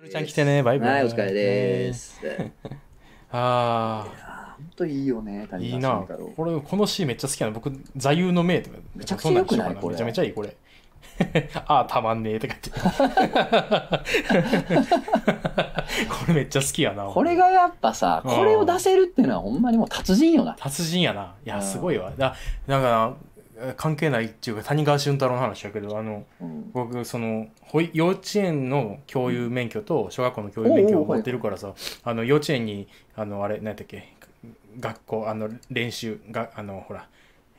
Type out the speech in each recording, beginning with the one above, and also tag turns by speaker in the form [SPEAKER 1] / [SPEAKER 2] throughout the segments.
[SPEAKER 1] ルちゃん来てね、バイバイ。
[SPEAKER 2] はい、お疲れで。 す。
[SPEAKER 1] あ
[SPEAKER 2] 本当いいよね、
[SPEAKER 1] あ、
[SPEAKER 2] 谷
[SPEAKER 1] いいな
[SPEAKER 2] 川俊太郎。。
[SPEAKER 1] これ、このシーンめっちゃ好きなの。僕、座右の銘とか。
[SPEAKER 2] めちゃくちゃ良く
[SPEAKER 1] そんんし
[SPEAKER 2] ない
[SPEAKER 1] ようか
[SPEAKER 2] これ
[SPEAKER 1] めちゃめちゃいい、これ。 ああ、たまんねえとか言って。 これめっちゃ好きやな。
[SPEAKER 2] これがやっぱさ、
[SPEAKER 1] うん
[SPEAKER 2] これを出せるっていうのはほんまにもう達人よな。
[SPEAKER 1] 達人やな。いや、
[SPEAKER 2] うん
[SPEAKER 1] すごいわ。だなんか、関係ないっていうか、谷川俊太郎の話やけど、あの、
[SPEAKER 2] うん
[SPEAKER 1] 僕その保育幼稚園の教諭免許と小学校の教諭免許を持ってるからさあの幼稚園にあのあれ何やったっけ学校あの練習があのほら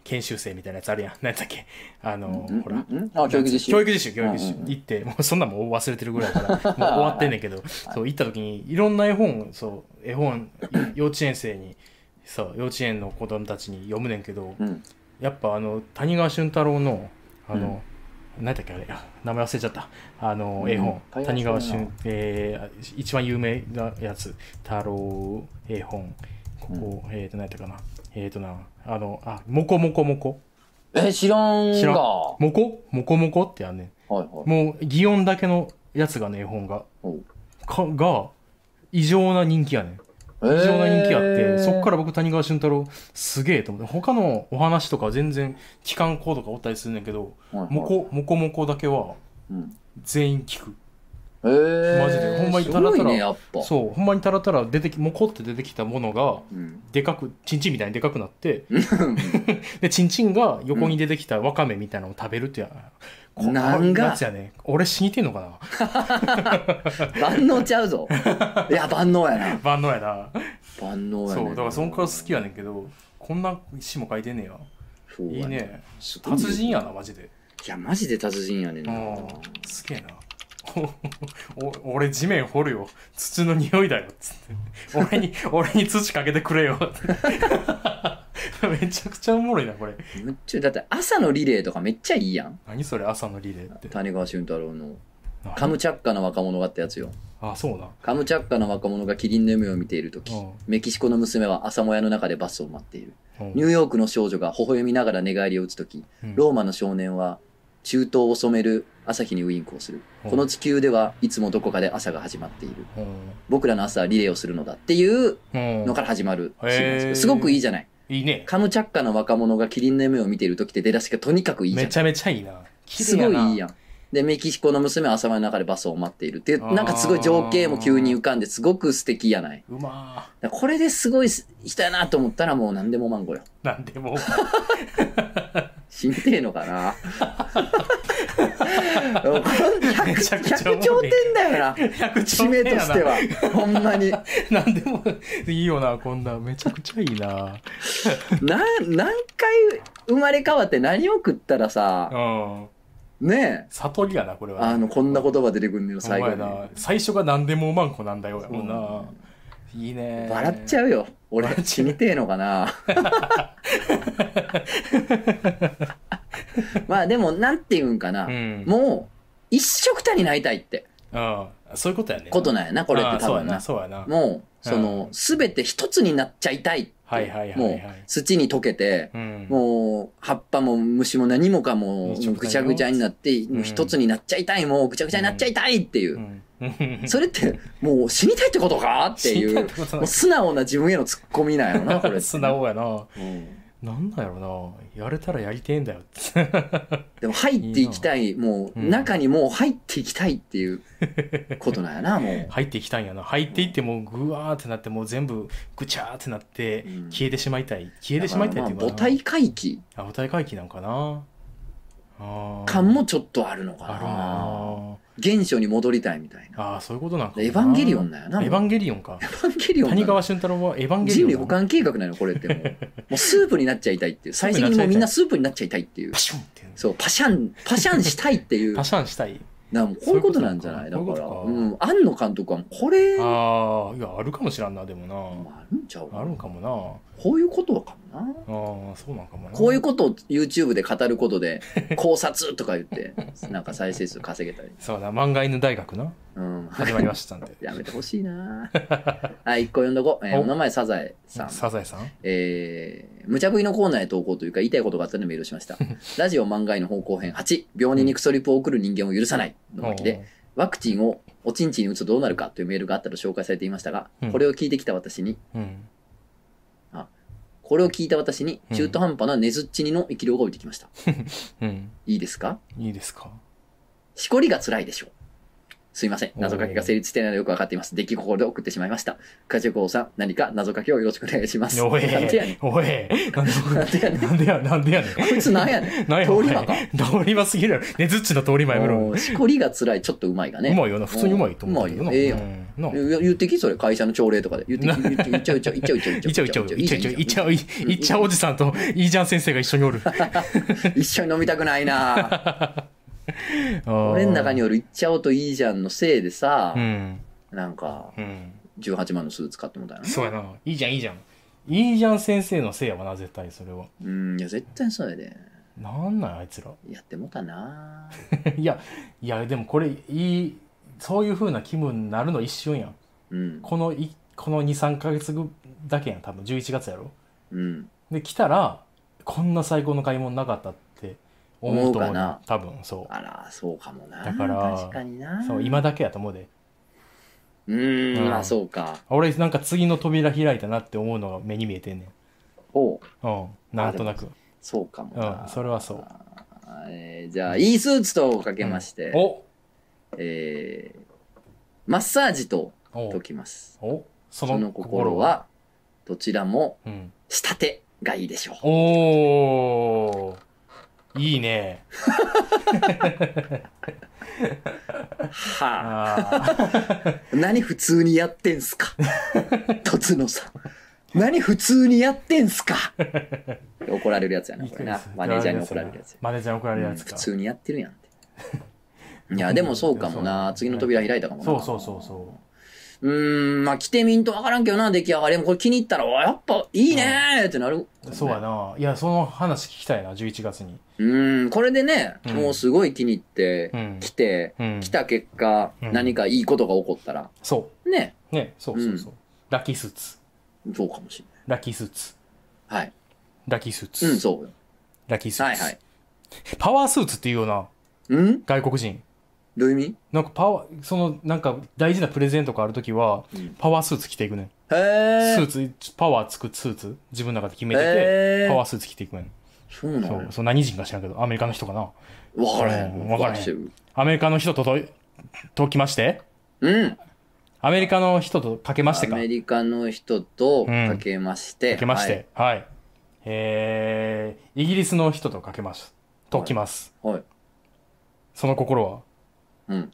[SPEAKER 1] 研修生みたいなやつあるやん何やったっけあの
[SPEAKER 2] うん
[SPEAKER 1] ほら
[SPEAKER 2] うんあ、教育実習。
[SPEAKER 1] 教育実習教育実習
[SPEAKER 2] うんうんうん
[SPEAKER 1] 行ってもうそんなんもう忘れてるぐらいだからも う終わってんねんけどそう行った時にいろんな絵本そう絵本幼稚園生にそう幼稚園の子供たちに読むねんけど
[SPEAKER 2] うん。
[SPEAKER 1] やっぱあの谷川俊太郎のあの、何だっけあれあ名前忘れちゃったあの
[SPEAKER 2] うん
[SPEAKER 1] 絵本、
[SPEAKER 2] 谷川
[SPEAKER 1] 谷川
[SPEAKER 2] 俊
[SPEAKER 1] 俊、えー一番有名なやつ太郎絵本ここ、えっ、ー、と何やったかなえっ、ー、となあのあもこもこもこ
[SPEAKER 2] え、知らん
[SPEAKER 1] 知らん
[SPEAKER 2] が。
[SPEAKER 1] も
[SPEAKER 2] は
[SPEAKER 1] こもこもこってあんね
[SPEAKER 2] いはい
[SPEAKER 1] ん。もう擬音だけのやつがね絵本が
[SPEAKER 2] おう
[SPEAKER 1] かが異常な人気やねん異常な人気あって、そこから僕谷川俊太郎すげえと思って他のお話とか全然聞かん子とかおったりするんだけど、
[SPEAKER 2] ら、はいはい
[SPEAKER 1] もこもこもこだけは
[SPEAKER 2] うん
[SPEAKER 1] 全員聞く
[SPEAKER 2] えー、
[SPEAKER 1] マジでほんまにた
[SPEAKER 2] す
[SPEAKER 1] だただ
[SPEAKER 2] ごいね、やっぱ。
[SPEAKER 1] そうほんまにたらたら出てきもこって出てきたものが
[SPEAKER 2] うん。
[SPEAKER 1] でかくちんちんみたいにでかくなって でちんちんが横に出てきたわかめみたいなのを食べるってや、こ
[SPEAKER 2] なんが
[SPEAKER 1] やつやね俺死にてんのかな
[SPEAKER 2] 万能ちゃう ぞ。いや、万能やな。
[SPEAKER 1] 万能やな
[SPEAKER 2] 万能や
[SPEAKER 1] そ
[SPEAKER 2] ね。
[SPEAKER 1] うだからそんから好きやねんけどこんな詩も書いてんねや
[SPEAKER 2] そう
[SPEAKER 1] いい
[SPEAKER 2] やね。
[SPEAKER 1] ね
[SPEAKER 2] すごいよ
[SPEAKER 1] 達人やなマジで
[SPEAKER 2] いや、マジで達人やねん
[SPEAKER 1] う
[SPEAKER 2] な。
[SPEAKER 1] んすげえな。お俺地面掘るよ土の匂いだよっつって俺に俺に土かけてくれよってめちゃくちゃおもろいなこれ
[SPEAKER 2] めっちゃ、だって朝のリレーとかめっちゃいいやん。
[SPEAKER 1] 何それ朝のリレーって
[SPEAKER 2] 谷川俊太郎の。
[SPEAKER 1] 何
[SPEAKER 2] カムチャッカの若者がってやつよ。
[SPEAKER 1] あそうな
[SPEAKER 2] カムチャッカの若者がキリンの夢を見ているとき
[SPEAKER 1] うん、
[SPEAKER 2] メキシコの娘は朝もやの中でバスを待っている。
[SPEAKER 1] うん
[SPEAKER 2] ニューヨークの少女が微笑みながら寝返りを打つとき、
[SPEAKER 1] うん
[SPEAKER 2] ローマの少年は中東を染める朝日にウインクをする。
[SPEAKER 1] うん
[SPEAKER 2] この地球ではいつもどこかで朝が始まっている。
[SPEAKER 1] うん
[SPEAKER 2] 僕らの朝はリレーをするのだっていう
[SPEAKER 1] うん
[SPEAKER 2] のから始まるシーンなんですけ
[SPEAKER 1] へー
[SPEAKER 2] ど、すごくいいじゃない。
[SPEAKER 1] いいね
[SPEAKER 2] カムチャッカの若者がキリンの夢を見ているときって出だしがとにかくいいじゃない
[SPEAKER 1] めちゃめちゃいいな
[SPEAKER 2] すごいいい
[SPEAKER 1] や
[SPEAKER 2] やん。で、メキシコの娘は朝までの中でバスを待っているってい
[SPEAKER 1] あ
[SPEAKER 2] う、
[SPEAKER 1] ー
[SPEAKER 2] なんかすごい情景も急に浮かんですごく素敵やない。
[SPEAKER 1] うま
[SPEAKER 2] だからこれですごい人やなと思ったらもう何でもマンゴーよ。
[SPEAKER 1] ーなんで も
[SPEAKER 2] 死んでえの かなもうこの
[SPEAKER 1] めちゃく
[SPEAKER 2] 100
[SPEAKER 1] ちゃおもろい
[SPEAKER 2] 100頂点だよな。
[SPEAKER 1] 百
[SPEAKER 2] 使命としては。ほんまに。
[SPEAKER 1] なんでもいいよなこんなめちゃくちゃいいな
[SPEAKER 2] な、何回生まれ変わって何を食ったらさ、
[SPEAKER 1] うん
[SPEAKER 2] ねえ。
[SPEAKER 1] 悟りやなこれは
[SPEAKER 2] あの、こんな言葉出てくんのよ、
[SPEAKER 1] 最
[SPEAKER 2] 最後
[SPEAKER 1] 後
[SPEAKER 2] に。
[SPEAKER 1] な最初が何でもうまんこなんだよやもん
[SPEAKER 2] そうな
[SPEAKER 1] なん
[SPEAKER 2] だよ
[SPEAKER 1] いいね
[SPEAKER 2] 笑っち
[SPEAKER 1] う
[SPEAKER 2] ゃうよ。俺
[SPEAKER 1] 笑っ、ち
[SPEAKER 2] 死
[SPEAKER 1] ゃう
[SPEAKER 2] にてえの かな。まあでも、なんていうんかな。
[SPEAKER 1] うん
[SPEAKER 2] もう、一緒くたになりたいって
[SPEAKER 1] うんそういうことやね
[SPEAKER 2] こと
[SPEAKER 1] な
[SPEAKER 2] なんやな、これって多
[SPEAKER 1] そうや
[SPEAKER 2] 分
[SPEAKER 1] な
[SPEAKER 2] な。
[SPEAKER 1] そうやな
[SPEAKER 2] もう、そ
[SPEAKER 1] うん
[SPEAKER 2] の、すべて一つになっちゃいたいって。
[SPEAKER 1] はいはいはいはい
[SPEAKER 2] もう、土に溶けて、
[SPEAKER 1] うん
[SPEAKER 2] もう、葉っぱも虫も何もかも、
[SPEAKER 1] 一緒くたになろう
[SPEAKER 2] ぐちゃぐちゃになって、もう一つになっちゃいたい、もうぐちゃぐちゃになっちゃいたいっていうう。
[SPEAKER 1] ん うん
[SPEAKER 2] それって、もう死にたいってことかってい
[SPEAKER 1] 死にたいうっ。てこと
[SPEAKER 2] も
[SPEAKER 1] な
[SPEAKER 2] う素直な自分へのツッコミなんやろな、これって。
[SPEAKER 1] 素直やな
[SPEAKER 2] うん
[SPEAKER 1] なんだろうなやれたらやりてえんだよ って
[SPEAKER 2] でも入っていきたい、もう、
[SPEAKER 1] うん
[SPEAKER 2] 中にもう入っていきたいっ ていうことなんやな、もう。
[SPEAKER 1] 入っていきたいんやな入っていってもうぐわーってなってもう全部ぐちゃーってなって
[SPEAKER 2] うん
[SPEAKER 1] 消えてしまいたい消えてしまいたいっていうか
[SPEAKER 2] だからまあ母体回帰
[SPEAKER 1] あ母体回帰なんかなあー
[SPEAKER 2] 感もちょっとあるのか
[SPEAKER 1] ある
[SPEAKER 2] な。
[SPEAKER 1] な
[SPEAKER 2] 原初に戻りたいみたいな。
[SPEAKER 1] ああそういうことなんかな
[SPEAKER 2] エヴァンゲリオンだよな。
[SPEAKER 1] エヴ
[SPEAKER 2] もう
[SPEAKER 1] ァンゲリオンか
[SPEAKER 2] エヴァンゲリオンなの
[SPEAKER 1] 谷川俊太郎はエヴァンゲリオ
[SPEAKER 2] 人
[SPEAKER 1] ン
[SPEAKER 2] 類補完計画なの、これっても う。もうスープになっちゃいたいっていう。最終的にもうみんなスープになっちゃいたいっていう
[SPEAKER 1] パ。シュンって
[SPEAKER 2] そう、パシャン、パシャンしたいってい う。
[SPEAKER 1] パ
[SPEAKER 2] な
[SPEAKER 1] シャンしたい
[SPEAKER 2] もうこういうことなんじゃな
[SPEAKER 1] そ
[SPEAKER 2] いだ
[SPEAKER 1] ういう
[SPEAKER 2] か
[SPEAKER 1] こと
[SPEAKER 2] ら。
[SPEAKER 1] か
[SPEAKER 2] うん。庵野監督はもうこれ、ま
[SPEAKER 1] ああいやあるかもしらんなでも
[SPEAKER 2] ああるんちゃう
[SPEAKER 1] なあ
[SPEAKER 2] か
[SPEAKER 1] る
[SPEAKER 2] なん
[SPEAKER 1] かも
[SPEAKER 2] こういうことかも
[SPEAKER 1] な
[SPEAKER 2] な。
[SPEAKER 1] ああそうなんかもな
[SPEAKER 2] こういうことを YouTube で語るこ とで、考察とか言って、なんか再生数稼げたり。
[SPEAKER 1] そうだ漫画犬大学な
[SPEAKER 2] うん。
[SPEAKER 1] 始まりましたんで
[SPEAKER 2] やめてほしいなはい、一個読んどこう。えー
[SPEAKER 1] お
[SPEAKER 2] お名前、サザエさん。
[SPEAKER 1] サザエさん
[SPEAKER 2] えー、無茶ぶりのコーナーへ投稿というか、言いたいことがあったのでメールしま した。ラジオ漫画への方向編8、病人にクソリプを送る人間を許さないの巻で、ワクチンをおちんちんに打つとどうなるかというメールがあったと紹介されていましたが、
[SPEAKER 1] うん
[SPEAKER 2] これを聞いてきた私に、
[SPEAKER 1] うん。
[SPEAKER 2] これを聞いた私に、
[SPEAKER 1] うん
[SPEAKER 2] 中途半端なねずっちにの生き量が降りてきました。
[SPEAKER 1] うん。
[SPEAKER 2] いいですか
[SPEAKER 1] いいですか
[SPEAKER 2] しこりが辛いでしょう。すいません。
[SPEAKER 1] おー
[SPEAKER 2] 謎かけが成立していないのよくわかっています。出来心で送ってしまいました。カジュコウさん、何か謎かけをよろしくお願いします。
[SPEAKER 1] おい
[SPEAKER 2] なんでやねん。
[SPEAKER 1] おいなん
[SPEAKER 2] なんでやねん。こ
[SPEAKER 1] でやなんでやねん。
[SPEAKER 2] いつなん やねん。
[SPEAKER 1] なんや
[SPEAKER 2] 通
[SPEAKER 1] おい
[SPEAKER 2] り魔か
[SPEAKER 1] 通り魔すぎるやろ。ねずっちの通り魔やめろ。
[SPEAKER 2] もうしこりが辛い、ちょっとうまいがね。
[SPEAKER 1] うまいよな。普通にうまいと思うけど
[SPEAKER 2] う
[SPEAKER 1] な。
[SPEAKER 2] まいよええやん
[SPEAKER 1] うんなあ
[SPEAKER 2] いや言ってきそれ、会社の朝礼とかで。言ってき、言って言っちゃう、言っちゃう、言っ
[SPEAKER 1] いち
[SPEAKER 2] ちゃ
[SPEAKER 1] ゃ
[SPEAKER 2] う、
[SPEAKER 1] ういちゃういちゃういちゃう いちゃ
[SPEAKER 2] う
[SPEAKER 1] ういいちゃうおじさんといいじゃん先生が一緒におる。
[SPEAKER 2] 一緒に飲みたくないな俺
[SPEAKER 1] 俺
[SPEAKER 2] の中におるいっちゃおうといいじゃんのせいでさ
[SPEAKER 1] う、ん
[SPEAKER 2] なんか、
[SPEAKER 1] うん
[SPEAKER 2] 18万のスーツ買ってもうたよな。
[SPEAKER 1] そうやな。いいじゃんいいじゃん。いいじゃん先生のせいやわな絶対それは。
[SPEAKER 2] うん、いや、絶対そうやで。
[SPEAKER 1] なんなんあいつら。
[SPEAKER 2] やってもう たない
[SPEAKER 1] やいやでもこれいいそういう風な気分になるの一瞬やん。
[SPEAKER 2] うん。
[SPEAKER 1] このいこの23ヶ月ぐだけやん多分11月やろ。
[SPEAKER 2] うん。
[SPEAKER 1] で来たらこんな最高の買い物なかったって思うと思
[SPEAKER 2] 思うか
[SPEAKER 1] う
[SPEAKER 2] な
[SPEAKER 1] よ多分そ
[SPEAKER 2] あら、そうかもな。
[SPEAKER 1] だから
[SPEAKER 2] 確かにな。
[SPEAKER 1] うそう今だけやと思うで
[SPEAKER 2] うーん、
[SPEAKER 1] うん
[SPEAKER 2] まあそうか。
[SPEAKER 1] 俺なんか次の扉開いたなって思うのが目に見えてんねん
[SPEAKER 2] おう
[SPEAKER 1] うんなんとなく
[SPEAKER 2] そうかもな。
[SPEAKER 1] うんそれはそう
[SPEAKER 2] あー。えーじゃあ、いいスーツとかけまして、
[SPEAKER 1] お
[SPEAKER 2] えーマッサージと
[SPEAKER 1] お
[SPEAKER 2] 解きます。
[SPEAKER 1] おそ
[SPEAKER 2] その心は、どちらも、
[SPEAKER 1] うん
[SPEAKER 2] 下手がいいでしょう。
[SPEAKER 1] おーいいね
[SPEAKER 2] はあ。
[SPEAKER 1] あ
[SPEAKER 2] 何普通にやってんす かとつのさん。何普通にやって んすか怒られるやつや
[SPEAKER 1] ー
[SPEAKER 2] な、
[SPEAKER 1] いい
[SPEAKER 2] こ
[SPEAKER 1] か
[SPEAKER 2] れ
[SPEAKER 1] げん
[SPEAKER 2] な
[SPEAKER 1] です。
[SPEAKER 2] マネージャーに怒られるやつや。
[SPEAKER 1] マネージャーに怒られるやつ
[SPEAKER 2] 普
[SPEAKER 1] か
[SPEAKER 2] 通にやってるや んって。いや、でもそうかもな。次の扉開いたかもな。。
[SPEAKER 1] そうそうそうそう
[SPEAKER 2] うーん、まあ来てみんとわからんけどな、出来上がり。でもこれ気に入ったら、わやっぱいいねーってなる。
[SPEAKER 1] うそうや。ないやその話聞きたいな11月に
[SPEAKER 2] うーん、これでね、
[SPEAKER 1] うん
[SPEAKER 2] もうすごい気に入って
[SPEAKER 1] うん、
[SPEAKER 2] 来て、
[SPEAKER 1] うん、
[SPEAKER 2] 来た結果、
[SPEAKER 1] うん
[SPEAKER 2] 何かいいことが起こったら、
[SPEAKER 1] そ
[SPEAKER 2] ね、
[SPEAKER 1] うねそうそうそう、ラッキースーツ
[SPEAKER 2] そうかもしれ
[SPEAKER 1] ラッキースーツ
[SPEAKER 2] ない。はい。
[SPEAKER 1] ラッキースーツ、
[SPEAKER 2] うん、そうよ。
[SPEAKER 1] ラッキースー
[SPEAKER 2] はい
[SPEAKER 1] ツ、
[SPEAKER 2] はい。
[SPEAKER 1] パワースーツっていうような
[SPEAKER 2] うん
[SPEAKER 1] 外国人
[SPEAKER 2] どういう意味
[SPEAKER 1] なんかパワーそのなんか大事なプレゼントがある時は、
[SPEAKER 2] うん
[SPEAKER 1] パワースーツ着ていくねん
[SPEAKER 2] へ
[SPEAKER 1] ス
[SPEAKER 2] ー
[SPEAKER 1] ー。ツパワーつくスーツ自分の中で決めて
[SPEAKER 2] へ
[SPEAKER 1] て
[SPEAKER 2] ー
[SPEAKER 1] パワースーツ着ていくねん
[SPEAKER 2] そうな
[SPEAKER 1] そ
[SPEAKER 2] の
[SPEAKER 1] うそう何人か知らんけどアメリカの人かな
[SPEAKER 2] わからへん。
[SPEAKER 1] わからへん
[SPEAKER 2] してる
[SPEAKER 1] アメリカの人ととときまして
[SPEAKER 2] うん。
[SPEAKER 1] アメリカの人とかけましてか
[SPEAKER 2] アメリカの人とかけまして。
[SPEAKER 1] かけまし
[SPEAKER 2] はい
[SPEAKER 1] てはい、えー、イギリスの人とかけますときます、
[SPEAKER 2] はい。
[SPEAKER 1] その心は
[SPEAKER 2] うん。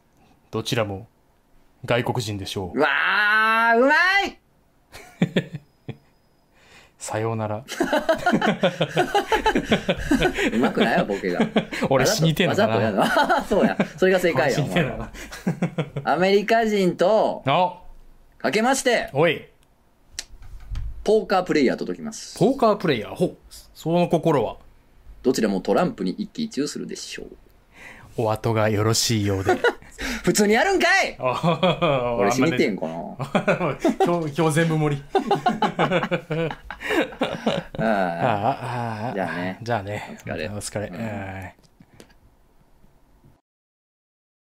[SPEAKER 1] どちらも外国人でしょう
[SPEAKER 2] うわー、うまい
[SPEAKER 1] さようなら
[SPEAKER 2] うまくない わ、ボケが。
[SPEAKER 1] 俺死にてんのか
[SPEAKER 2] わざと
[SPEAKER 1] な
[SPEAKER 2] わざとやな。 そうや。それが正
[SPEAKER 1] 俺
[SPEAKER 2] 解
[SPEAKER 1] 死
[SPEAKER 2] や。お
[SPEAKER 1] にてんの
[SPEAKER 2] 前
[SPEAKER 1] かな
[SPEAKER 2] アメリカ人と
[SPEAKER 1] あ
[SPEAKER 2] かけまして、
[SPEAKER 1] おい
[SPEAKER 2] ポーカープレイヤーと解きます。
[SPEAKER 1] ポーカープレイヤーほうその心は
[SPEAKER 2] どちらもトランプに一喜一憂するでしょう。
[SPEAKER 1] お後がよろしいようで
[SPEAKER 2] 普通にやるんかい 俺
[SPEAKER 1] 俺
[SPEAKER 2] 死にてんかな。
[SPEAKER 1] 今日今日全部 盛り
[SPEAKER 2] うん
[SPEAKER 1] ああああ
[SPEAKER 2] じゃあね
[SPEAKER 1] じゃあね
[SPEAKER 2] お疲れ
[SPEAKER 1] お疲れ、
[SPEAKER 2] うん
[SPEAKER 1] えー